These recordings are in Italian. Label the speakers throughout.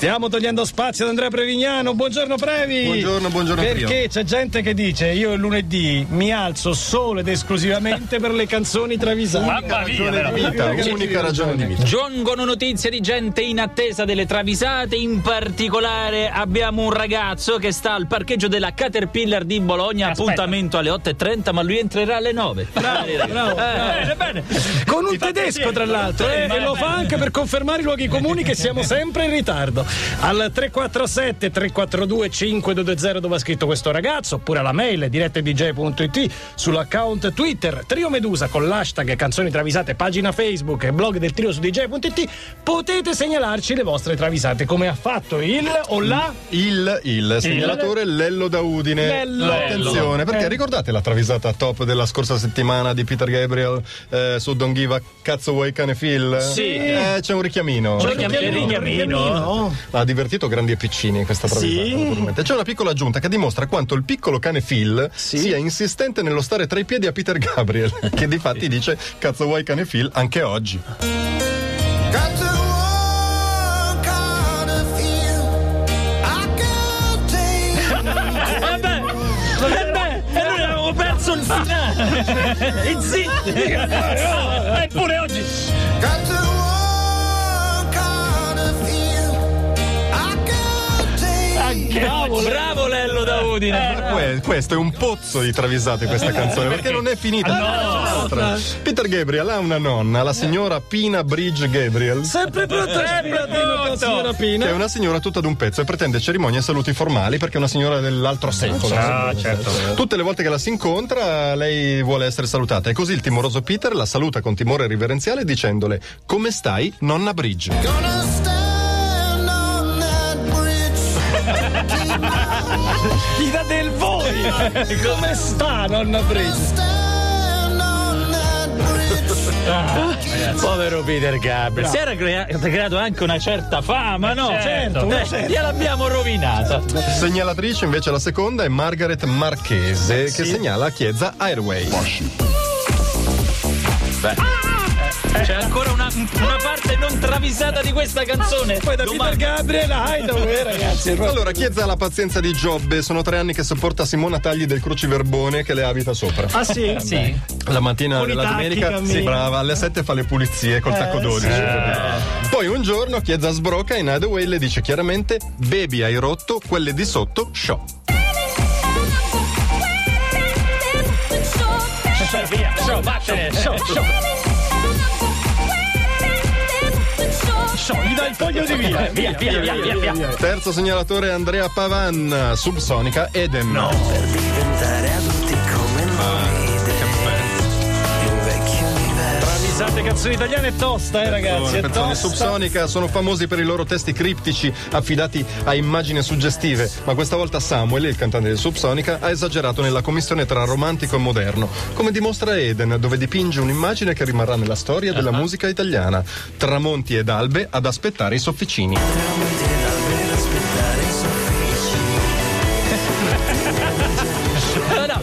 Speaker 1: Stiamo togliendo spazio ad Andrea Prevignano. Buongiorno Previ.
Speaker 2: Buongiorno, buongiorno
Speaker 1: Perché
Speaker 2: Pio.
Speaker 1: c'è gente che dice io il lunedì mi alzo solo ed esclusivamente per le canzoni travisate.
Speaker 3: Mamma mia,
Speaker 2: Ragione di
Speaker 3: veramente.
Speaker 2: vita, unica ragione di vita.
Speaker 3: Giungono notizie di gente in attesa delle travisate, in particolare abbiamo un ragazzo che sta al parcheggio della Caterpillar di Bologna, appuntamento alle 8.30, ma lui entrerà alle 9.
Speaker 1: Bravo, bravo, bravo.
Speaker 3: Eh, bene.
Speaker 1: Con un tedesco tra l'altro eh, e lo fa anche per confermare i luoghi comuni che siamo sempre in ritardo. Al 347 342 5220 dove ha scritto questo ragazzo oppure alla mail direttedj.it sull'account Twitter Trio Medusa con l'hashtag canzoni travisate pagina Facebook e blog del trio su dj.it potete segnalarci le vostre travisate come ha fatto il o la
Speaker 2: Il, il segnalatore Lello da Udine.
Speaker 1: Lello.
Speaker 2: Attenzione, perché ricordate la travisata top della scorsa settimana di Peter Gabriel eh, su Don Giva Cazzo vuoi cane Phil?
Speaker 3: Sì.
Speaker 2: Eh, c'è un richiamino.
Speaker 3: Un richiamino.
Speaker 2: Ha divertito grandi e piccini questa travisata. naturalmente. C'è una piccola aggiunta che dimostra quanto il piccolo cane Phil sia insistente nello stare tra i piedi a Peter Gabriel, che di fatti dice Cazzo vuoi cane Phil anche oggi.
Speaker 4: Got to walk out of here. I can't take
Speaker 3: eh, E noi avevamo perso il finale. E zitti. Eppure oggi.
Speaker 4: Got to walk out of here. I can't take
Speaker 3: Bravo, bravo Lello da Udine.
Speaker 2: Que- questo è un pozzo di travisate questa canzone perché non è finita Un'altra. Peter Gabriel ha una nonna la signora Pina Bridge Gabriel
Speaker 1: Sempre pronto, sempre pronto. Signora Pina.
Speaker 2: che è una signora tutta d'un pezzo e pretende cerimonie e saluti formali perché è una signora dell'altro secolo
Speaker 1: certo,
Speaker 2: tutte le volte che la si incontra lei vuole essere salutata e così il timoroso Peter la saluta con timore riverenziale dicendole come stai nonna Bridge
Speaker 4: Gonna stand on that bridge.
Speaker 1: Gli dà del voi! Come sta, nonna Bridge?
Speaker 4: Stand on that bridge.
Speaker 1: Povero Peter Gabriel.
Speaker 3: Si era crea- creato anche una certa fama, no?
Speaker 1: Certo,
Speaker 3: Eh. Eh, Gliel'abbiamo rovinata.
Speaker 2: segnalatrice invece la seconda è Margaret Marchese che segnala Chiesa Airways
Speaker 3: C'è ancora una, una parte non travisata di questa canzone.
Speaker 1: Poi da Peter Gabriel a Hightower, ragazzi.
Speaker 2: Allora, Chiezza ha la pazienza di Giobbe. Sono tre anni che sopporta Simona Tagli del Cruciverbone che le abita sopra.
Speaker 1: Ah sì? Sì.
Speaker 2: La mattina
Speaker 1: Con i
Speaker 2: della
Speaker 1: tacchi,
Speaker 2: domenica
Speaker 1: cammina.
Speaker 2: sì, brava, alle 7 fa le pulizie col tacco 12. Poi un giorno Chiezza sbroca e Nadeway le dice chiaramente: Baby, hai rotto quelle di sotto, show.
Speaker 3: Show, vattene, show, show.
Speaker 1: Gli dà il foglio di via.
Speaker 3: Via, via, via, via, via.
Speaker 2: Terzo segnalatore Andrea Pavan, Subsonica Eden. No.
Speaker 5: diventare adulti come noi in un vecchio universo
Speaker 1: Travisate canzoni italiane è tosta, eh, ragazzi.
Speaker 2: Le
Speaker 1: È
Speaker 2: persone
Speaker 1: tosta.
Speaker 2: subsonica sono famosi per i loro testi criptici affidati a immagini suggestive, ma questa volta Samuel, il cantante del Subsonica, ha esagerato nella commissione tra romantico e moderno, come dimostra Eden, dove dipinge un'immagine che rimarrà nella storia della
Speaker 1: Ah.
Speaker 2: musica italiana. Tramonti ed albe ad aspettare i sofficini.
Speaker 3: No, no,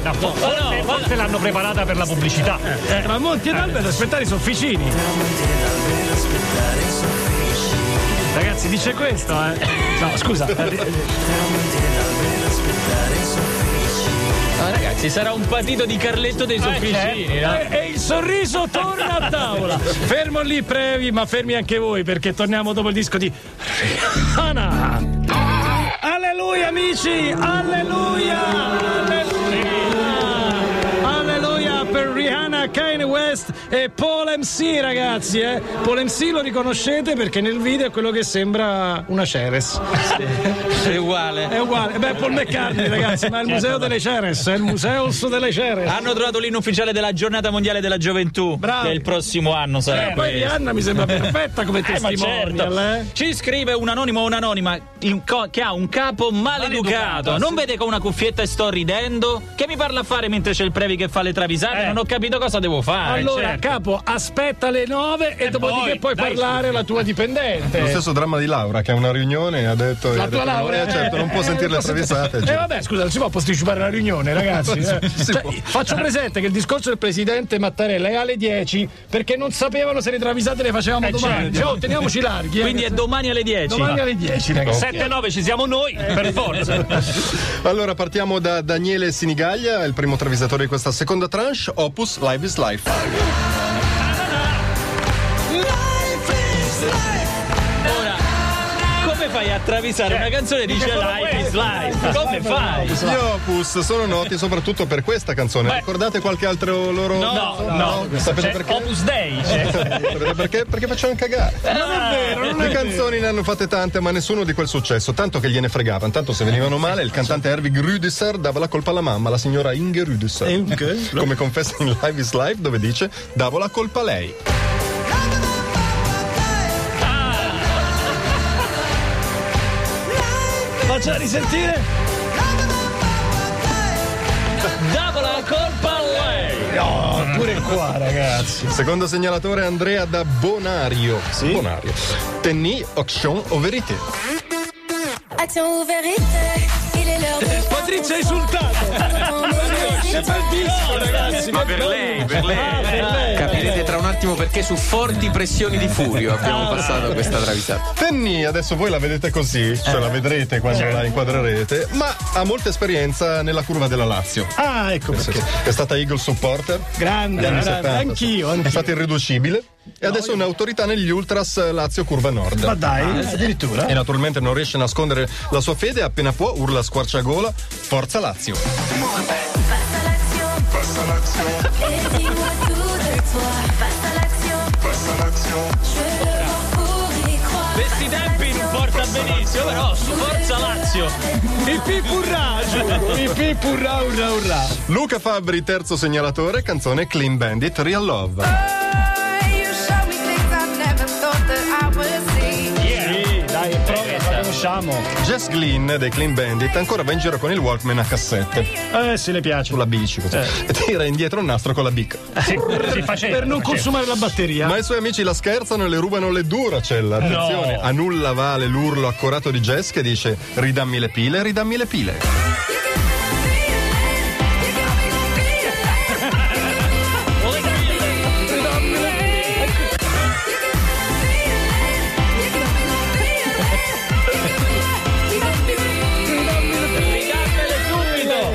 Speaker 3: no, no, no.
Speaker 6: Forse l'hanno preparata per la pubblicità.
Speaker 1: Tra Eh, Monti ed Alberto, aspettare i sofficini. Ragazzi, dice questo, eh. No, scusa.
Speaker 3: Ah, Ragazzi, sarà un patito di Carletto dei Sofficini. no?
Speaker 1: Eh, certo. E, e il sorriso torna a tavola. Fermo lì, Previ, ma fermi anche voi perché torniamo dopo il disco di Rihanna. Alleluia, amici! Alleluia! Alleluia! Alleluia per Rihanna, Kanye West e Paul MC, ragazzi. Eh? Paul MC lo riconoscete perché nel video è quello che sembra una Ceres.
Speaker 3: È uguale.
Speaker 1: È uguale. Beh, Paul McCartney, ragazzi, ma è il museo delle Ceres. È il museo delle Ceres.
Speaker 3: Hanno trovato l'inno ufficiale della giornata mondiale della gioventù.
Speaker 1: Bravi.
Speaker 3: Che il prossimo anno sarà
Speaker 1: Eh, poi
Speaker 3: questo.
Speaker 1: Rihanna mi sembra perfetta come
Speaker 3: Eh, ma
Speaker 1: testimonial, eh?
Speaker 3: certo. Ci scrive un anonimo o un'anonima in co- che ha un capo maleducato. non vede che ho una cuffietta e sto ridendo? Che mi parla a fare mentre c'è il Previ che fa le travisate? Non ho capito cosa devo fare.
Speaker 1: Eh. Allora,
Speaker 3: certo.
Speaker 1: capo, aspetta le nove e, dopodiché
Speaker 6: poi,
Speaker 1: puoi
Speaker 6: dai,
Speaker 1: parlare alla tua dipendente.
Speaker 2: Lo stesso dramma di Laura che a una riunione e ha detto... e ha
Speaker 1: Eh. La
Speaker 2: detto,
Speaker 1: tua laurea.
Speaker 2: Eh, certo, non può sentire le travisate.
Speaker 1: E
Speaker 2: cioè.
Speaker 1: Eh, vabbè, scusa, non si può posticipare la riunione, ragazzi. eh.
Speaker 2: Si
Speaker 1: Cioè,
Speaker 2: può.
Speaker 1: faccio presente che il discorso del presidente Mattarella è alle 10 perché non sapevano se le travisate le facevamo domani.
Speaker 6: certo.
Speaker 1: Oh, teniamoci larghi. eh.
Speaker 3: Quindi è domani alle 10.
Speaker 1: domani alle Eh, 10, ragazzi.
Speaker 6: 7-9 ci siamo noi, per forza.
Speaker 2: Allora partiamo da Daniele Sinigaglia, il primo travisatore di questa seconda tranche, Opus Live is Life.
Speaker 3: Ora, come fai a travisare
Speaker 1: Cioè,
Speaker 3: una canzone che dice Life is Life? Come fai?
Speaker 2: Gli Opus sono noti soprattutto per questa canzone. Ricordate qualche altro loro?
Speaker 6: No, no.
Speaker 2: Sapete
Speaker 6: Cioè,
Speaker 2: perché?
Speaker 6: Opus Dei. Eh, cioè.
Speaker 2: Sapete perché? Perché facevano cagare. Ah, Le canzoni ne hanno fatte tante, ma nessuno di quel successo. Tanto che gliene fregavano. Tanto se venivano male, il cantante Herwig Rüdisser dava la colpa alla mamma, la signora Inge Rüdisser. Come confessa in Live is Life, dove dice: Davo la colpa a lei.
Speaker 1: Faccia risentire.
Speaker 3: Davo la colpa a lei!
Speaker 1: Pure qua, ragazzi.
Speaker 2: Secondo segnalatore Andrea da Bonario. Bonario. Tenni, auction o verité.
Speaker 7: Action ou vérité, il est l'heure de.
Speaker 1: Patrizia ha insultato. È bellissimo, ragazzi.
Speaker 8: Ma per lei, per
Speaker 3: Ah,
Speaker 8: lei.
Speaker 9: Capirete tra un attimo perché su forti pressioni di Furio abbiamo passato questa travisata.
Speaker 2: Tenni, adesso voi la vedete così, cioè
Speaker 1: Eh.
Speaker 2: la vedrete quando la
Speaker 1: Certo.
Speaker 2: inquadrerete, ma ha molta esperienza nella curva della Lazio.
Speaker 1: Ah, ecco
Speaker 2: Sì,
Speaker 1: perché.
Speaker 2: sì. È stata Eagle supporter.
Speaker 1: Grande,
Speaker 2: negli anni
Speaker 1: grande.
Speaker 2: 70, sì.
Speaker 1: Anch'io, anch'io.
Speaker 2: È stata irriducibile. E adesso è un'autorità negli Ultras Lazio Curva Nord.
Speaker 1: Ma
Speaker 2: Ah.
Speaker 1: dai, addirittura.
Speaker 2: E naturalmente non riesce a nascondere la sua fede, appena può urla a squarciagola: Forza Lazio!
Speaker 7: Passe à l'action. Et dis-moi tout de toi. Passe à l'action. Je veux voir pour y croire.
Speaker 3: Questi tempi non porta benissimo, però su Forza Lazio!
Speaker 1: Il pipurra, giuro. Il pipurra, urra, urra.
Speaker 2: Luca Fabri, terzo segnalatore, canzone Clean Bandit Real Love.
Speaker 10: You show me things I never thought that I would see.
Speaker 1: Sì, dai, è proprio, la conosciamo.
Speaker 2: Jess Glynn dei Clean Bandit ancora va in giro con il Walkman a cassette.
Speaker 1: Eh, se le piace.
Speaker 2: Sulla bici così.
Speaker 1: Eh.
Speaker 2: E tira indietro un nastro con la bic.
Speaker 6: Si, si faceva.
Speaker 1: Per certo. non
Speaker 6: faceva.
Speaker 1: consumare la batteria.
Speaker 2: Ma i suoi amici la scherzano e le rubano le Duracell. Attenzione,
Speaker 6: No.
Speaker 2: a nulla vale l'urlo accorato di Jess che dice ridammi le pile, ridammi le pile.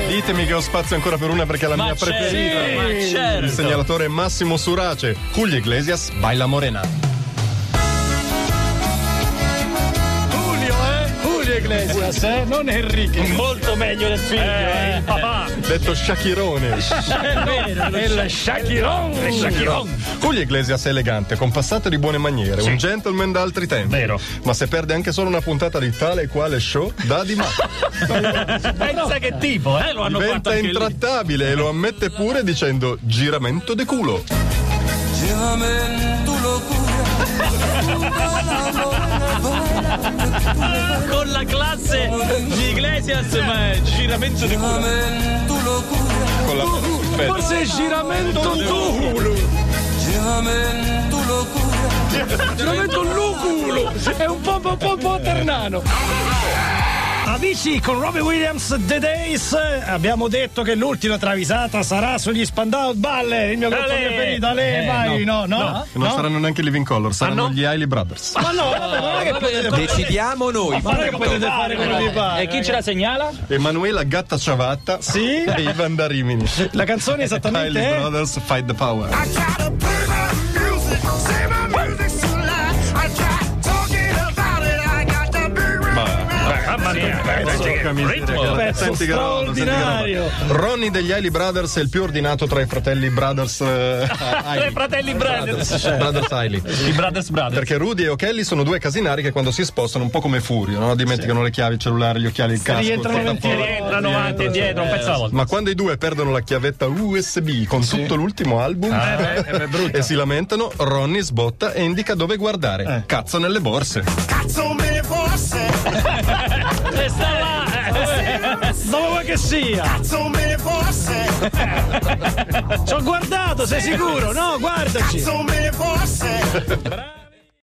Speaker 2: Ditemi che ho spazio ancora per una perché è la
Speaker 3: Ma
Speaker 2: mia preferita.
Speaker 3: certo, ma
Speaker 2: Il
Speaker 3: certo!
Speaker 2: segnalatore Massimo Surace, Julio Iglesias, Baila Morena.
Speaker 1: Julio, eh? Julio Iglesias, eh? Non Enrique.
Speaker 3: Molto meglio del figlio, eh!
Speaker 6: Eh, papà.
Speaker 2: Detto Shakirone.
Speaker 1: È la
Speaker 3: certo.
Speaker 1: Shakiron.
Speaker 2: Julio Iglesias è elegante, compassato e di buone maniere, un gentleman da altri tempi.
Speaker 6: Vero.
Speaker 2: Ma se perde anche solo una puntata di tale e quale show, dà di matto.
Speaker 6: Pensa che tipo, eh?
Speaker 3: Eh, lo hanno fatto
Speaker 2: Diventa
Speaker 3: anche lì.
Speaker 2: intrattabile e lo ammette pure dicendo giramento de culo.
Speaker 3: Con la classe di Iglesias, ma è giramento di culo.
Speaker 2: Con la Aspetta.
Speaker 1: Forse è giramento Tulo. Giramento Luculo. È un po' po' po' po' ternano. Amici, con Robbie Williams The Days eh, abbiamo detto che l'ultima travisata sarà sugli Spandau Ballet, il mio gruppo
Speaker 6: Ale.
Speaker 1: preferito. Ale,
Speaker 6: Eh,
Speaker 1: vai, no, no. Ah,
Speaker 2: Non saranno neanche i Living Color, saranno gli Hailey Brothers.
Speaker 1: Ma no, vabbè, ma non è che potete fare-
Speaker 9: Decidiamo noi.
Speaker 1: ma non è che potete fare quello che vi pare.
Speaker 3: E chi ce la segnala?
Speaker 2: Emanuela Gatta Ciavatta
Speaker 1: Sì.
Speaker 2: e Ivan da Rimini.
Speaker 1: La canzone esattamente eh?
Speaker 2: Hailey
Speaker 1: è
Speaker 2: Brothers Fight the Power.
Speaker 6: Mamma mia. Porca
Speaker 2: Ragazzi,
Speaker 6: Ritmo.
Speaker 1: pezzo
Speaker 2: senti che roba, senti che roba.
Speaker 1: straordinario.
Speaker 2: Ronnie degli Hailey Brothers è il più ordinato tra i fratelli Brothers. eh, Hailey.
Speaker 6: Tre fratelli Brothers.
Speaker 2: Brothers Hailey.
Speaker 6: I Brothers Brothers.
Speaker 2: Perché Rudy e O'Kelly sono due casinari che quando si spostano, un po' come Furio, no? dimenticano le chiavi, il cellulare, gli occhiali, il casco.
Speaker 1: rientrano
Speaker 2: il
Speaker 1: volentieri,
Speaker 2: portafoglio.
Speaker 6: Rientrano avanti e dietro, un pezzo alla volta.
Speaker 2: Ma quando i due perdono la chiavetta USB con tutto l'ultimo album eh, e si lamentano, Ronnie sbotta e indica dove guardare. Cazzo nelle borse.
Speaker 6: E sta là. eh.
Speaker 1: Dove vuoi che che sia.
Speaker 6: Cazzo me ne fosse,
Speaker 1: Ci ho guardato, sei sicuro? No, guardaci.
Speaker 6: cazzo me ne fosse.
Speaker 1: Bra-